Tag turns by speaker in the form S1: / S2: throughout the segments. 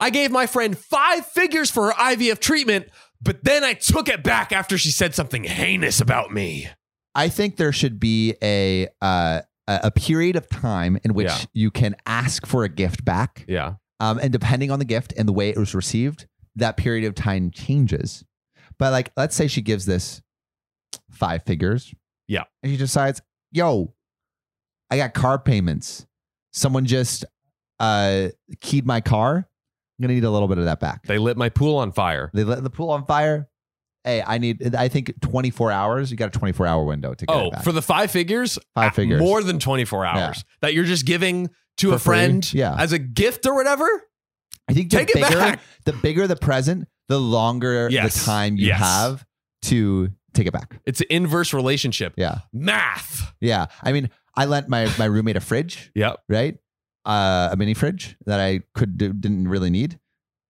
S1: I gave my friend five figures for her IVF treatment, but then I took it back after she said something heinous about me.
S2: I think there should be a uh, a a period of time in which
S1: Yeah.
S2: you can ask for a gift back,
S1: Yeah.
S2: um, and depending on the gift and the way it was received, that period of time changes. But like, let's say she gives this five figures,
S1: Yeah.
S2: and she decides, "Yo, I got car payments. Someone just uh, keyed my car. I'm gonna need a little bit of that back."
S1: They lit my pool on fire.
S2: They let the pool on fire. Hey, I need. I think 24 hours. You got a 24 hour window to get
S1: Oh,
S2: it back.
S1: for the five figures?
S2: Five
S1: Uh,
S2: figures.
S1: More than 24 hours that you're just giving to
S2: For
S1: a friend
S2: free? Yeah.
S1: as a gift or whatever?
S2: I think the
S1: Take it
S2: bigger,
S1: back.
S2: the bigger the present, the longer
S1: Yes.
S2: the time you
S1: Yes.
S2: have to take it back.
S1: It's an inverse relationship.
S2: Yeah,
S1: Math.
S2: yeah. I mean, I lent my my roommate a fridge,
S1: Yep.
S2: right? Uh, a mini fridge that I could do, didn't really need,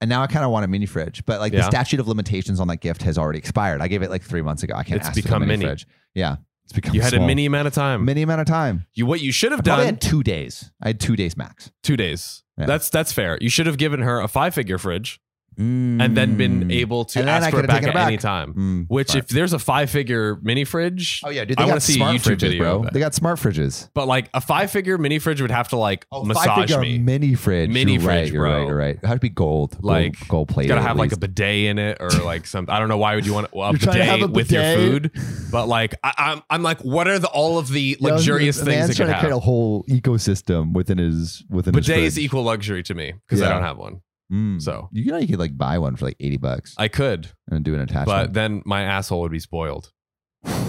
S2: and now I kind of want a mini fridge. But like
S1: Yeah.
S2: the statute of limitations on that gift has already expired. I gave it like three months ago. I can't
S1: It's
S2: ask for
S1: become
S2: a mini,
S1: mini.
S2: fridge. Yeah, it's become
S1: You had a
S2: small.
S1: mini amount of time.
S2: mini amount of time.
S1: You what you should have
S2: I probably
S1: done
S2: had two days. I had two days max.
S1: two days.
S2: Yeah.
S1: That's that's fair. You should have given her a five figure fridge and then been able to
S2: Mm. And then I
S1: ask for it
S2: could've
S1: back
S2: taken
S1: at
S2: it back.
S1: any time.
S2: Mm,
S1: Which,
S2: fine.
S1: if there's a five figure mini fridge,
S2: oh yeah, dude,
S1: I
S2: they
S1: wanna
S2: got
S1: see a
S2: smart
S1: YouTube
S2: fridges,
S1: video of
S2: bro.
S1: that.
S2: They got smart fridges.
S1: but like a five figure mini fridge would have to like
S2: Oh,
S1: massage
S2: five-figure
S1: me.
S2: mini fridge,
S1: Mini
S2: You're right,
S1: fridge,
S2: you're
S1: bro.
S2: Right, you're right. It had to be gold,
S1: Like,
S2: gold, gold plated.
S1: It's gotta
S2: at
S1: have like a
S2: least.
S1: bidet in it or like something. I don't know why would you want well, a,
S2: You're trying to have
S1: bidet
S2: a
S1: with your
S2: bidet?
S1: food, but like I, I'm I'm like, what are the all of the
S2: You know,
S1: luxurious
S2: a
S1: things
S2: man's
S1: that
S2: trying
S1: could
S2: to create a
S1: have?
S2: whole ecosystem within his within his
S1: Bidet is
S2: fridge.
S1: equal luxury to me because I
S2: Yeah.
S1: don't have one.
S2: Mm.
S1: So.
S2: you know you could like buy one for like eighty bucks
S1: I could,
S2: and do an
S1: but
S2: attachment.
S1: then my asshole would be spoiled.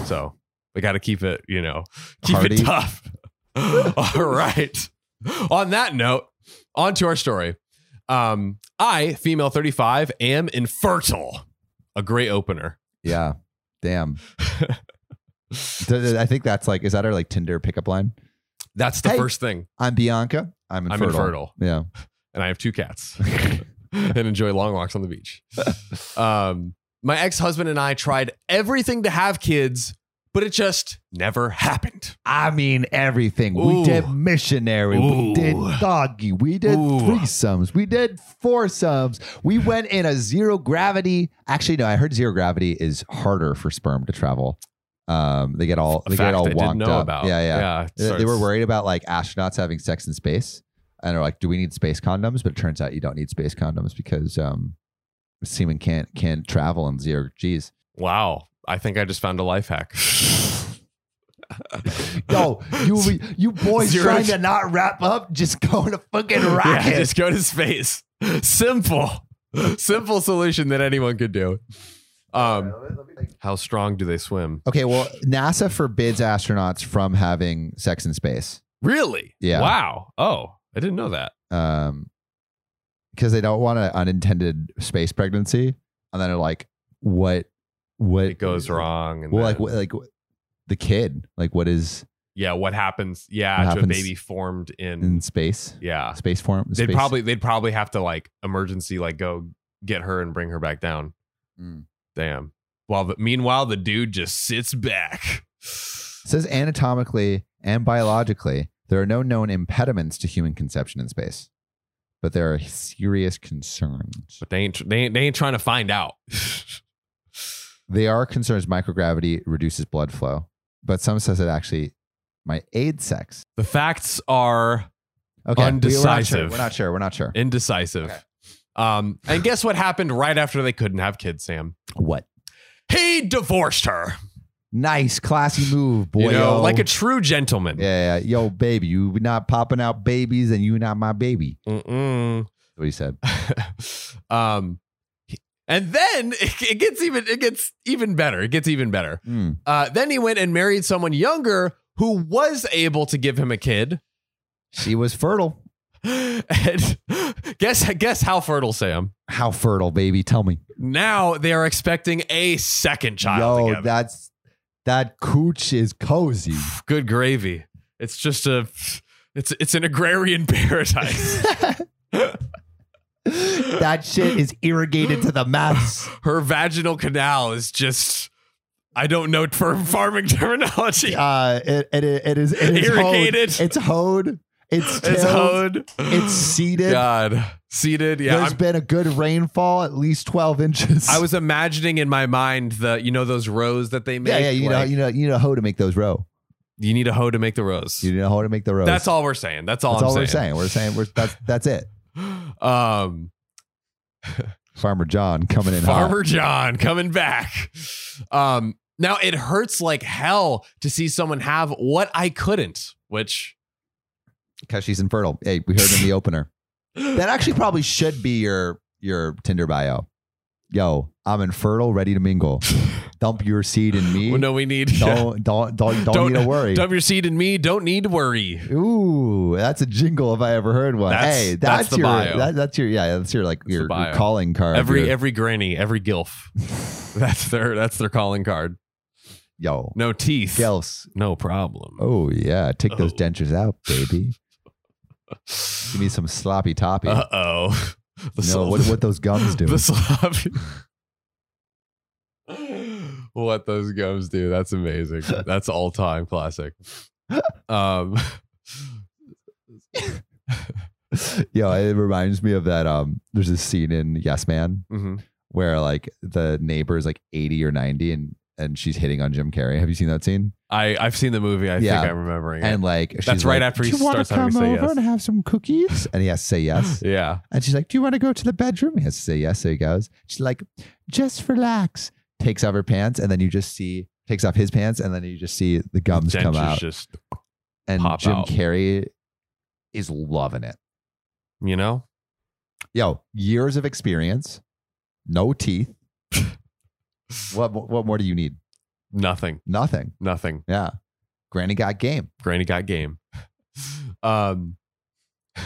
S1: So we got to keep it, you know, keep it
S2: Hardy.
S1: tough. All right. On that note, on to our story. Um, I, female 35, am infertile. A great opener.
S2: yeah, damn. Th- th- I think that's like is that our like Tinder pickup line?
S1: That's the
S2: Hey.
S1: first thing.
S2: I'm Bianca. I'm
S1: I'm
S2: infertile.
S1: infertile.
S2: Yeah.
S1: And I have two cats and enjoy long walks on the beach. Um, my ex husband and I tried everything to have kids, but it just never happened.
S2: I mean everything. We
S1: Ooh.
S2: did missionary. We did
S1: Ooh.
S2: doggy. We did
S1: Ooh.
S2: threesomes. We did foursomes. We went in a zero gravity. Actually, no, I heard zero gravity is harder for sperm to travel. Um, they get all
S1: A
S2: they get
S1: fact
S2: all
S1: I didn't
S2: wonked
S1: know
S2: up.
S1: about.
S2: Yeah, yeah.
S1: yeah
S2: They-
S1: so
S2: They were
S1: it's-
S2: worried about like astronauts having sex in space, and they're like, "Do we need space condoms?" But it turns out you don't need space condoms because um, semen can't can't travel in zero g's.
S1: Wow. I think I just found a life hack.
S2: Yo, you you boys
S1: Zero
S2: trying
S1: G-
S2: to not wrap up? Just going to fucking rocket.
S1: Yeah, just go to space. Simple. Simple solution that anyone could do. Um, how strong do they swim?
S2: Okay, well, NASA forbids astronauts from having sex in space
S1: Really?
S2: Yeah.
S1: Wow. Oh, I didn't know that.
S2: because um, they don't want an unintended space pregnancy, and then they're like, "What? What
S1: It goes wrong. And
S2: Well,
S1: then-
S2: like, what, like what- the kid, like, what is
S1: yeah, what happens? Yeah,
S2: What
S1: to
S2: happens
S1: a baby formed in.
S2: in space?
S1: yeah,
S2: Space form?
S1: they'd
S2: space-
S1: Mm. probably they'd probably have to like emergency like go get her and bring her back down.
S2: Mm.
S1: Damn. While the, meanwhile, the dude just sits back.
S2: It says anatomically and biologically, there are no known impediments to human conception in space, but there are serious concerns.
S1: But they ain't they ain't, they ain't trying to find out.
S2: They are concerns microgravity reduces blood flow, but some says it actually might aid sex.
S1: the facts are
S2: Okay, we-
S1: Undecisive.
S2: We're not sure. We're not sure. We're not sure.
S1: indecisive.
S2: Okay.
S1: Um, and guess what happened right after they couldn't have kids, Sam?
S2: what?
S1: He divorced her.
S2: Nice, classy move, boy.
S1: you know,
S2: yo.
S1: like a true gentleman.
S2: yeah, yeah, yo, baby, you not popping out babies, and you not my baby.
S1: Mm-mm.
S2: That's what he said.
S1: um, he- and then it, it gets even it gets even better. It gets even better.
S2: Hmm.
S1: Uh, then he went and married someone younger who was able to give him a kid.
S2: She was fertile.
S1: And guess guess how fertile Sam.
S2: How fertile, baby? Tell me.
S1: Now they are expecting a second child.
S2: Yo,
S1: together.
S2: that's that cooch is cozy.
S1: good gravy. It's just a it's it's an agrarian paradise.
S2: that shit is irrigated to the max.
S1: Her vaginal canal is just I don't know for farming terminology.
S2: Uh, it, it, it is it is hoed.
S1: Irrigated.
S2: It's hoed It's
S1: It's
S2: tilled.
S1: hoed.
S2: It's seeded.
S1: God, seated. Yeah,
S2: There's
S1: I'm-
S2: been a good rainfall, at least twelve inches.
S1: I was imagining in my mind the you know those rows that they make.
S2: yeah, yeah. You know,
S1: Like,
S2: you know, you know how to make those row.
S1: you need a hoe to make the rows.
S2: You know how to make the rows.
S1: That's all we're saying. That's all
S2: That's
S1: I'm
S2: all we're
S1: saying.
S2: saying. We're saying we're that's that's it.
S1: Um,
S2: Farmer John coming in. hot.
S1: Farmer John coming back. Um, now it hurts like hell to see someone have what I couldn't, which
S2: because she's infertile. Hey, we heard in the opener. That actually probably should be your your Tinder bio. Yo, I'm infertile, ready to mingle. Dump your seed in me.
S1: no, we need.
S2: don't, don't don't don't
S1: Don't-
S2: need to worry.
S1: Dump your seed in me. Don't need to worry.
S2: Ooh, that's a jingle if I ever heard one.
S1: That's-
S2: hey,
S1: that's
S2: that's,
S1: the
S2: your
S1: bio.
S2: that- that's your yeah, that's your like
S1: the
S2: your, your
S1: bio.
S2: calling card.
S1: every
S2: your-
S1: every granny, every gilf. That's their that's their calling card.
S2: yo
S1: No teeth.
S2: gels.
S1: No problem.
S2: Oh yeah, take those
S1: Oh.
S2: dentures out, baby. Give me some sloppy toppy.
S1: Uh oh.
S2: no, what what those gums do?
S1: The sloppy. what those gums do. That's amazing. That's all time classic. Um,
S2: Yo, it reminds me of that. Um, there's this scene in Yes Man
S1: mhm.
S2: where like the neighbor is like 80 or 90 and and she's hitting on Jim Carrey. Have you seen that scene?
S1: I, I've seen the movie. I
S2: Yeah.
S1: think I'm remembering it.
S2: And like she's
S1: That's right
S2: like,
S1: after he
S2: "Do you wanna
S1: starts having to
S2: come
S1: say
S2: over
S1: yes."
S2: and have some cookies, and he has to say yes.
S1: yeah.
S2: And she's like, "Do you want to go to the bedroom?" He has to say yes. So he goes. She's like, "Just relax." Takes off her pants, and then you just see takes off his pants, and then you just see the gums come
S1: Dentures
S2: out,
S1: Just,
S2: and
S1: pop
S2: Jim
S1: out.
S2: Carrey is loving it.
S1: you know?
S2: yo, years of experience, no teeth. what what more do you need?
S1: Nothing.
S2: Nothing.
S1: Nothing.
S2: Yeah. Granny got game.
S1: Granny got game. Um,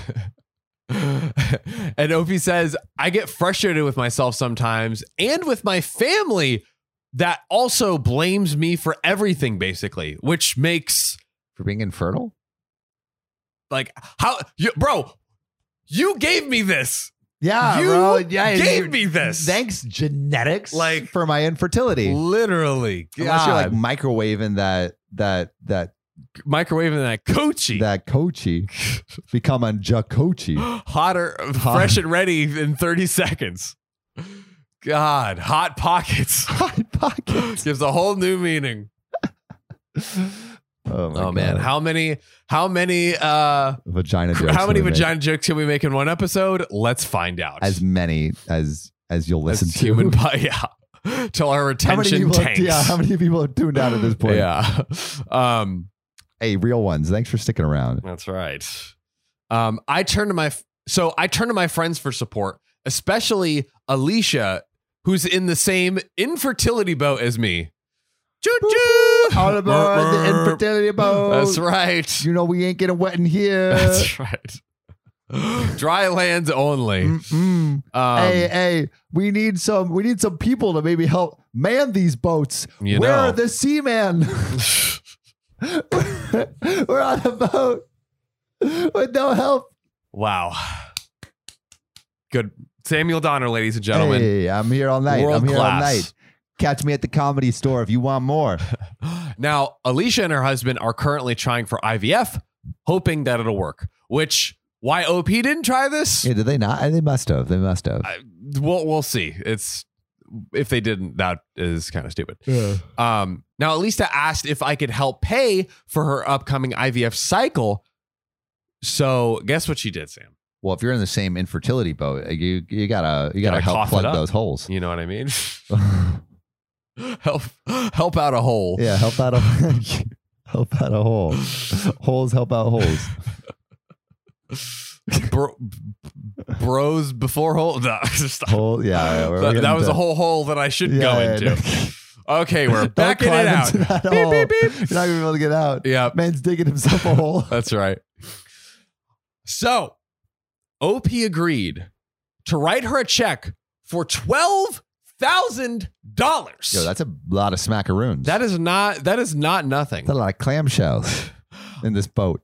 S1: and Opie says, I get frustrated with myself sometimes and with my family that also blames me for everything, basically, which makes
S2: For being infertile?
S1: like, how, you, bro, you gave me this.
S2: Yeah,
S1: You
S2: bro. Yeah,
S1: gave
S2: you-
S1: me this.
S2: Thanks, genetics,
S1: Like-
S2: for my infertility.
S1: Literally.
S2: Unless you're like
S1: God.
S2: microwaving that that that
S1: microwaving that coochie.
S2: that coachy become a jacochi.
S1: hotter,
S2: Hot.
S1: fresh and ready in 30 seconds. God, hot pockets
S2: Hot pocket.
S1: gives a whole new meaning.
S2: Oh, my
S1: Oh man,
S2: God.
S1: how many, how many, uh,
S2: vagina jokes.
S1: how many
S2: we make.
S1: vagina jokes can we make in one episode? Let's find out.
S2: as many as as you'll listen
S1: As
S2: to
S1: human, po- yeah, till our retention
S2: people,
S1: tanks.
S2: Yeah, how many people have tuned out at this point?
S1: Yeah. um,
S2: Hey, real ones. Thanks for sticking around.
S1: That's right. Um, I turn to my f- so I turn to my friends for support, especially Alicia, who's in the same infertility boat as me. Choo choo!
S2: All aboard the infertility boat.
S1: That's right.
S2: You know we ain't getting wet in here.
S1: That's right. Dry lands only.
S2: Mm, Mm-mm.
S1: Um,
S2: hey, hey, we need some. We need some people to maybe help man these boats.
S1: You
S2: Where
S1: know.
S2: are the seamen? We're on a boat with no help.
S1: wow. Good. Samuel Donner, ladies and gentlemen.
S2: Hey, I'm here all night.
S1: World
S2: I'm here
S1: class.
S2: all night. Catch me at the comedy store if you want more.
S1: Now, Alicia and her husband are currently trying for IVF, hoping that it'll work. Which why OP didn't try this?
S2: Yeah, did they not? They must have. They must have.
S1: I, we'll we'll see. It's if they didn't, that is kind of stupid. Um, now, Alisa asked if I could help pay for her upcoming IVF cycle. So, guess what she did, Sam?
S2: Well, if you're in the same infertility boat, uh, you you gotta you gotta,
S1: Gotta
S2: help
S1: cough it
S2: plug
S1: up.
S2: those holes.
S1: You know what I mean? help help out a hole.
S2: yeah, help out a help out a hole. Holes help out holes.
S1: Bro, bros before hole. No, stop.
S2: Hole. Yeah, yeah, we're- we're
S1: that, that
S2: getting
S1: was
S2: to-
S1: a whole hole that I should go
S2: Yeah,
S1: into.
S2: yeah,
S1: Okay, we're
S2: Don't
S1: backing it
S2: climb
S1: out.
S2: into that
S1: Beep,
S2: hole.
S1: beep, beep.
S2: You're not gonna be able to get out.
S1: Yeah,
S2: Man's digging himself a hole.
S1: that's right. So, OP agreed to write her a check for twelve thousand dollars.
S2: Yo, that's a lot of smackaroons.
S1: That is not that is not nothing.
S2: That's a lot of clamshells in this boat.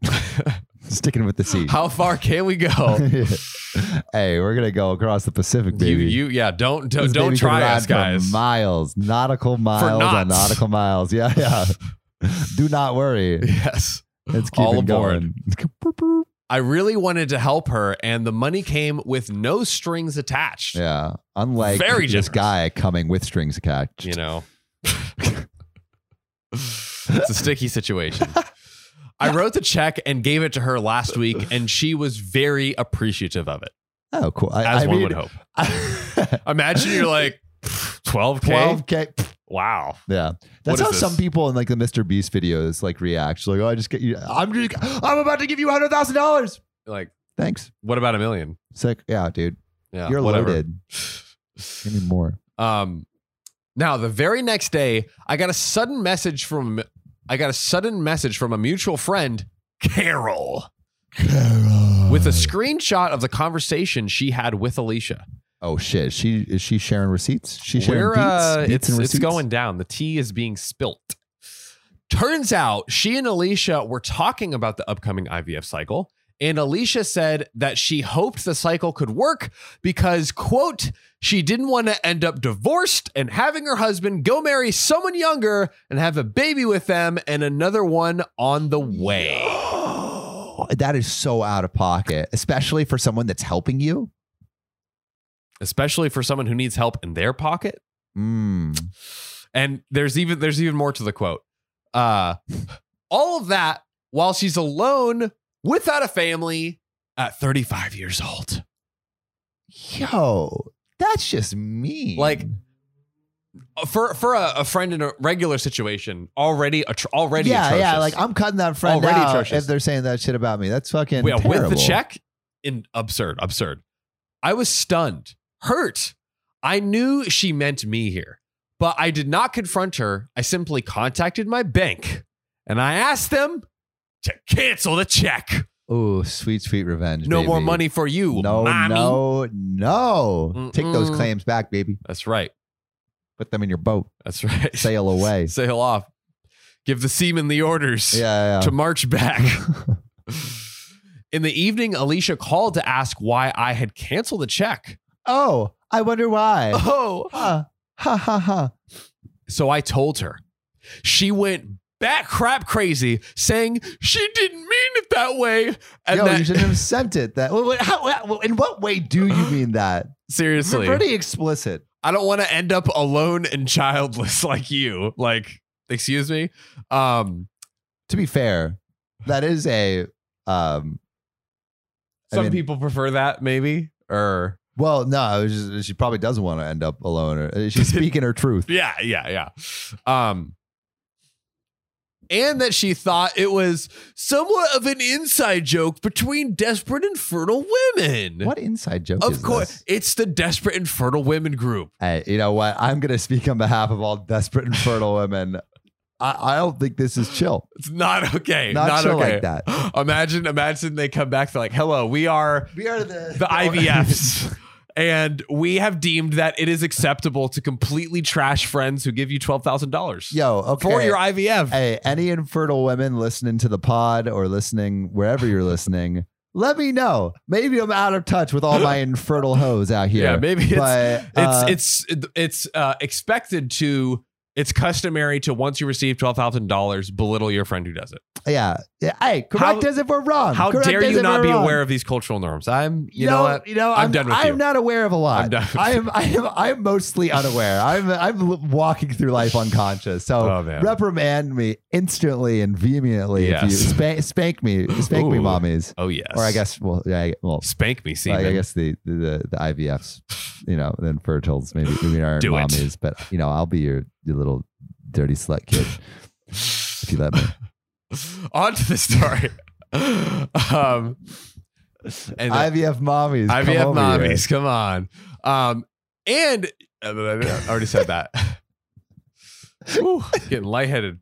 S2: Sticking with the sea.
S1: How far can we go?
S2: hey, we're gonna go across the Pacific,
S1: you
S2: baby.
S1: you yeah. Don't don't,
S2: This
S1: don't
S2: baby can
S1: try
S2: ride
S1: us,
S2: for
S1: guys.
S2: Miles, nautical miles, on
S1: knots.
S2: nautical miles. Yeah, yeah. Do not worry.
S1: yes.
S2: It's keeping
S1: All aboard.
S2: going.
S1: I really wanted to help her, and the money came with no strings attached.
S2: Yeah. Unlike
S1: Very
S2: this
S1: generous.
S2: guy coming with strings attached.
S1: You know, it's a sticky situation. I wrote the check and gave it to her last week, and she was very appreciative of it,
S2: Oh, cool. I,
S1: as
S2: I
S1: one
S2: mean,
S1: would hope. Imagine you're like 12K.
S2: 12K.
S1: Wow.
S2: Yeah.
S1: What
S2: That's
S1: is
S2: how
S1: this?
S2: some people in like the Mr. Beast videos like react. Like, oh, I just get you. I'm just, I'm about to give you hundred thousand dollars.
S1: Like,
S2: Thanks.
S1: what about a million?
S2: Sick. Yeah, dude.
S1: Yeah.
S2: You're
S1: whatever.
S2: loaded. Give me more.
S1: Um, now the very next day, I got a sudden message from I got a sudden message from a mutual friend, Carol, with a screenshot of the conversation she had with Alicia.
S2: Oh shit. Is she is she sharing receipts? She sharing
S1: We're,
S2: beats,
S1: uh,
S2: beats
S1: it's
S2: and
S1: it's
S2: receipts?
S1: going down. The tea is being spilt. Turns out she and Alicia were talking about the upcoming IVF cycle, and Alicia said that she hoped the cycle could work because, quote, she didn't want to end up divorced and having her husband go marry someone younger and have a baby with them and another one on the way.
S2: That is so out of pocket, especially for someone that's helping you.
S1: Especially for someone who needs help in their pocket.
S2: Mm.
S1: And there's even there's even more to the quote. Uh all of that while she's alone without a family at 35 years old.
S2: Yo, that's just mean.
S1: Like for for a, a friend in a regular situation, already atr- already
S2: yeah,
S1: atrocious.
S2: yeah. Like I'm cutting that friend
S1: Already
S2: out
S1: atrocious.
S2: if they're saying that shit about me. That's fucking
S1: Yeah, with
S2: terrible.
S1: the check in absurd, absurd. I was stunned, hurt. I knew she meant me here, but I did not confront her. I simply contacted my bank and I asked them to cancel the check.
S2: Ooh, sweet, sweet revenge.
S1: No more
S2: baby.
S1: money for you,
S2: No,
S1: mommy.
S2: no, no. Take those
S1: Mm-mm.
S2: claims back, baby.
S1: That's right.
S2: Put them in your boat.
S1: That's right.
S2: Sail away.
S1: Sail off. Give the seamen the orders
S2: yeah,
S1: to march back. In the evening, Alicia called to ask why I had canceled the check.
S2: oh, I wonder why.
S1: Oh.
S2: Huh. Ha ha ha.
S1: So I told her. She went bat crap crazy, saying she didn't mean it that way. And
S2: Yo,
S1: that,
S2: you shouldn't have sent it. That. Wait, wait, how, wait, in what way do you mean that?
S1: seriously,
S2: Pretty explicit.
S1: I don't want to end up alone and childless like you. Like, excuse me. Um,
S2: To be fair, that is a um. I
S1: some
S2: mean-
S1: people prefer that, maybe. Or
S2: Well, no, it was just, she probably doesn't want to end up alone. Or uh, she's speaking her truth.
S1: Yeah, yeah, yeah. Um and that she thought it was somewhat of an inside joke between desperate and fertile women.
S2: What inside joke?
S1: Of
S2: is
S1: course,
S2: this?
S1: it's the desperate and fertile women group.
S2: Hey, you know what? I'm going to speak on behalf of all desperate and fertile women. I, I don't think this is chill.
S1: It's not okay. Eh,
S2: Not
S1: Not,
S2: chill
S1: okay.
S2: like that.
S1: Imagine, imagine they come back. They're like, "Hello, we are
S2: We are the,
S1: the IVFs, and we have deemed that it is acceptable to completely trash friends who give you twelve thousand dollars
S2: Yo, okay.
S1: for your IVF."
S2: hey, any infertile women listening to the pod or listening wherever you're listening, let me know. Maybe I'm out of touch with all my infertile hoes out here.
S1: Yeah, maybe it's
S2: but, uh,
S1: it's it's it's uh, expected to. It's customary to once you receive twelve thousand dollars, belittle your friend who does it.
S2: yeah. yeah. Hey, correct
S1: How-
S2: us if we're wrong.
S1: How
S2: Um, Correct
S1: dare
S2: us
S1: you
S2: if
S1: not
S2: we're
S1: be
S2: wrong.
S1: aware of these cultural norms? I'm, you know, what?
S2: You know,
S1: I'm
S2: I'm,
S1: done with
S2: I am
S1: you.
S2: not aware of a lot.
S1: I'm done with
S2: I am. I am. I am mostly unaware. I'm. I'm l- walking through life unconscious. So
S1: Oh, man.
S2: reprimand me instantly and vehemently. If you
S1: Yes.
S2: spank, spank me, spank me,
S1: Ooh.
S2: mommies.
S1: Oh yes,
S2: Or I guess. Well, yeah. I- Well,
S1: spank me, semen.
S2: like, I guess the, the the the IVFs. You know, then fertiles maybe maybe aren't
S1: Do it.
S2: mommies, but you know, I'll be your your little dirty slut kid if you let me.
S1: On to the story. um, and the
S2: IVF mommies. come
S1: IVF
S2: over here.
S1: mommies, come on. Um, and uh, I already said that. Whew, getting lightheaded.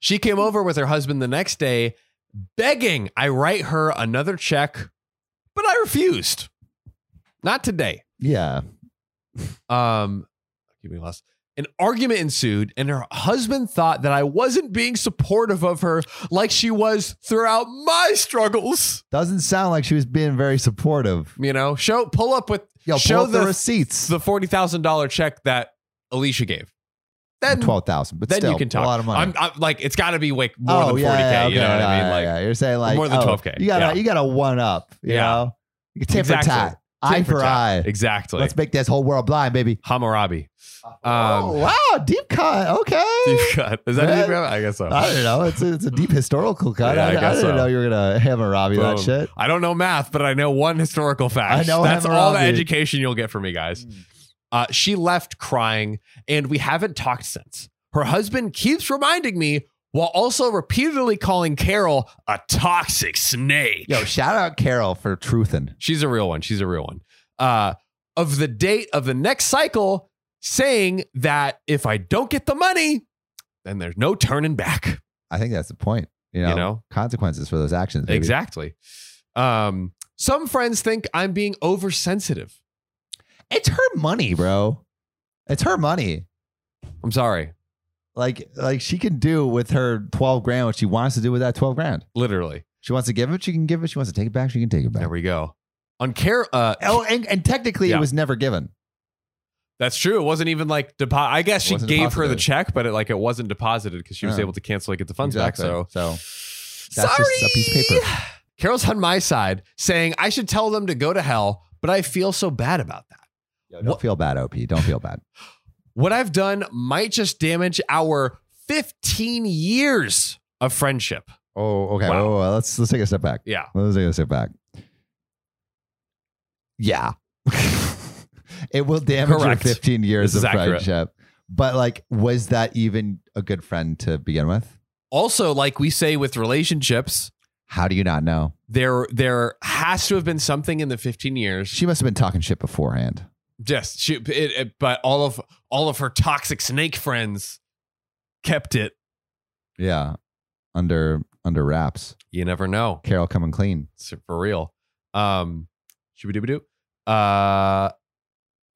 S1: She came over with her husband the next day, begging I write her another check, but I refused. Not today.
S2: Yeah.
S1: Um, keep me lost. An argument ensued, and her husband thought that I wasn't being supportive of her like she was throughout my struggles.
S2: Doesn't sound like she was being very supportive.
S1: You know, show pull up with
S2: Yo,
S1: show
S2: pull up the,
S1: the
S2: receipts.
S1: the forty thousand dollar check that Alicia gave. then
S2: twelve thousand, but
S1: then
S2: still,
S1: you can talk.
S2: a lot of money. Oh,
S1: I'm, I'm like, it's got to be like more than forty k. you know what I mean?
S2: yeah,
S1: Like,
S2: yeah. you're saying like
S1: more than
S2: oh,
S1: 12K,
S2: You got
S1: yeah.
S2: to you got to one up. You
S1: Yeah.
S2: know, you can tip
S1: Exactly.
S2: for tat, eye
S1: tit
S2: for,
S1: tat.
S2: eye.
S1: Exactly.
S2: Let's make this whole world blind, baby.
S1: Hammurabi.
S2: oh
S1: Um,
S2: wow, deep cut. Okay.
S1: deep cut. Is that
S2: Yeah.
S1: a deep cut? I guess so.
S2: I don't know. It's a, it's a deep historical cut.
S1: Yeah, I
S2: I, I,
S1: guess
S2: didn't
S1: so.
S2: know you were gonna hammer Robbie that
S1: Boom.
S2: shit.
S1: I don't know math, but I know one historical fact.
S2: I know
S1: That's all the
S2: Hammurabi.
S1: education you'll get from me, guys. Uh, she left crying, and we haven't talked since. Her husband keeps reminding me while also repeatedly calling Carol a toxic snake.
S2: Yo, shout out Carol for truthing.
S1: She's a real one. She's a real one. Uh, of the date of the next cycle, saying that if I don't get the money, then there's no turning back.
S2: I think that's the point. You know,
S1: You know?
S2: consequences for those actions. Baby.
S1: Exactly. Um, some friends think I'm being oversensitive.
S2: It's her money, bro. It's her money.
S1: I'm sorry.
S2: Like, like she can do with her twelve grand what she wants to do with that twelve grand.
S1: Literally.
S2: She wants to give it, she can give it. She wants to take it back, she can take it back.
S1: There we go. On Carol, uh,
S2: Oh, and, and technically,
S1: Yeah.
S2: it was never given.
S1: that's true. It wasn't even like deposit. I guess she gave
S2: Wasn't
S1: her the
S2: deposited.
S1: check, but it like it wasn't deposited because she was
S2: Yeah.
S1: able to cancel and get the funds
S2: Exactly.
S1: back. So
S2: so
S1: Sorry.
S2: that's just a piece of paper.
S1: Carol's on my side saying I should tell them to go to hell, but I feel so bad about that.
S2: Yo, don't feel bad, OP. Don't feel bad.
S1: What I've done might just damage our 15 years of friendship.
S2: Oh, okay.
S1: Wow.
S2: Whoa, whoa, whoa. Let's let's take a step back.
S1: Yeah.
S2: Let's take a step back. Yeah. it will damage
S1: Correct.
S2: your 15 years
S1: This is
S2: of
S1: accurate.
S2: friendship. But like, was that even a good friend to begin with?
S1: Also, like we say with relationships,
S2: How do you not know?
S1: there there has to have been something in the 15 years.
S2: She must have been talking shit beforehand.
S1: Just she, it, it, but all of all of her toxic snake friends kept it.
S2: Yeah. Under under wraps.
S1: You never know.
S2: Carol coming clean.
S1: It's for real. Um, should we do doo? Uh,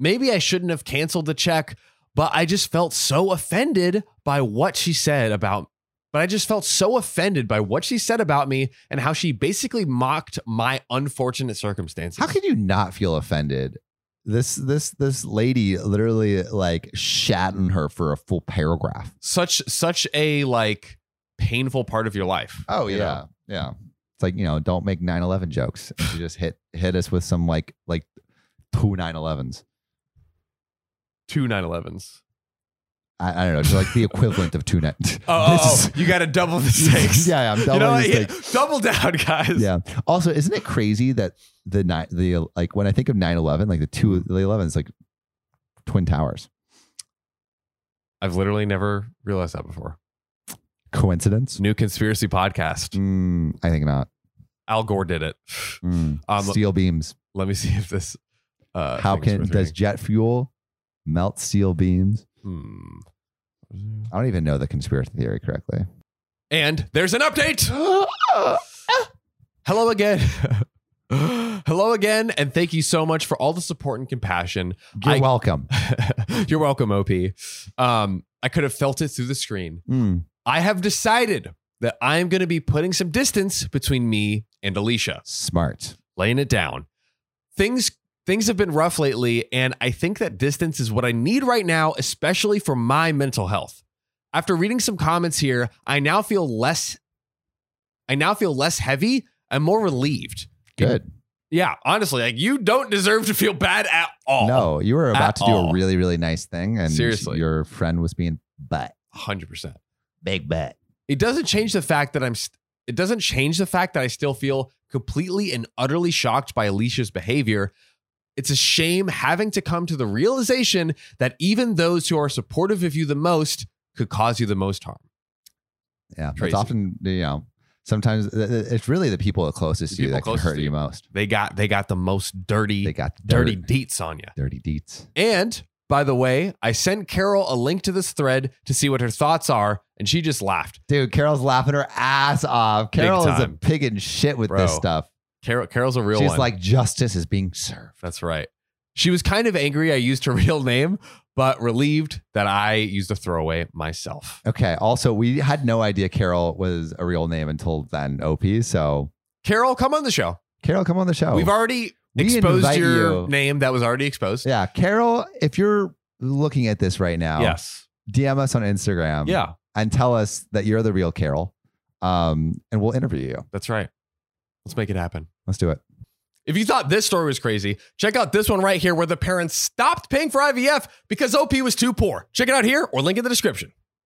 S1: maybe I shouldn't have canceled the check, but I just felt so offended by what she said about. But I just felt so offended by what she said about me and how she basically mocked my unfortunate circumstances.
S2: How could you not feel offended? This this this lady literally like shat on her for a full paragraph.
S1: such such a like painful part of your life?
S2: Oh
S1: you
S2: yeah.
S1: know?
S2: Yeah. It's like, you know, don't make 9/11 jokes. And she just hit hit us with some like like two 9/11s.
S1: two 9-11s.
S2: I, I don't know, just like the equivalent of two net.
S1: Oh, oh, oh, you got to double the stakes.
S2: yeah, I'm
S1: you
S2: doubling
S1: know, what?
S2: the
S1: Yeah,
S2: stakes.
S1: double down, guys.
S2: Yeah. Also, isn't it crazy that the ni- the like when I think of 9/11, like the two the 11s like twin towers.
S1: I've literally never realized that before.
S2: Coincidence?
S1: new conspiracy podcast.
S2: Mm, I think not.
S1: Al Gore did it.
S2: Mm.
S1: Um,
S2: Steel beams.
S1: Let me see if this. Uh,
S2: How
S1: thing is
S2: can
S1: worth
S2: does
S1: reading.
S2: jet fuel melt steel beams?
S1: Hmm.
S2: I don't even know the conspiracy theory correctly.
S1: And there's an update.
S2: Ah.
S1: Hello again. Hello again, and thank you so much for all the support and compassion.
S2: You're
S1: I-
S2: welcome.
S1: You're welcome, OP. Um, I could have felt it through the screen.
S2: Mm,
S1: I have decided that I'm going to be putting some distance between me and Alicia.
S2: smart.
S1: laying it down. Things things have been rough lately, and I think that distance is what I need right now, especially for my mental health. After reading some comments here, I now feel less I now feel less heavy and more relieved.
S2: Good.
S1: Yeah, honestly, like you don't deserve to feel bad at all.
S2: No, you were about
S1: At
S2: to do
S1: all.
S2: a really, really nice thing, and
S1: Seriously.
S2: your friend was being butt,
S1: 100%.
S2: big butt.
S1: It doesn't change the fact that I'm st- it doesn't change the fact that I still feel completely and utterly shocked by Alicia's behavior. It's a shame having to come to the realization that even those who are supportive of you the most could cause you the most harm.
S2: Yeah,
S1: Tracy.
S2: it's often you know. Sometimes th- th- it's really the people closest to you
S1: People
S2: that can
S1: closest
S2: hurt
S1: to
S2: you
S1: you.
S2: most.
S1: They got they got the most dirty
S2: They got
S1: dirty
S2: dirt,
S1: deets on you.
S2: dirty deets.
S1: And by the way, I sent Carol a link to this thread to see what her thoughts are, and she just laughed.
S2: Dude, Carol's laughing her ass off. Carol is a
S1: time.
S2: pig in shit with this
S1: Bro.
S2: stuff.
S1: Carol Carol's a real
S2: She's
S1: one.
S2: like, justice is being served.
S1: That's right. She was kind of angry I used her real name, but relieved that I used a throwaway myself.
S2: Okay. Also, we had no idea Carol was a real name until then, OP. So,
S1: Carol, come on the show.
S2: Carol, come on the show.
S1: We've already
S2: Oh. We
S1: exposed
S2: invite
S1: your
S2: you.
S1: name that was already exposed.
S2: yeah, Um, Carol, if you're looking at this right now,
S1: Yes.
S2: DM us on Instagram.
S1: yeah,
S2: And tell us that you're the real Carol. Um, and we'll interview you.
S1: that's right. Let's make it happen.
S2: Let's do it.
S1: If you thought this story was crazy, check out this one right here where the parents stopped paying for IVF because OP was too poor. Check it out here or link in the description.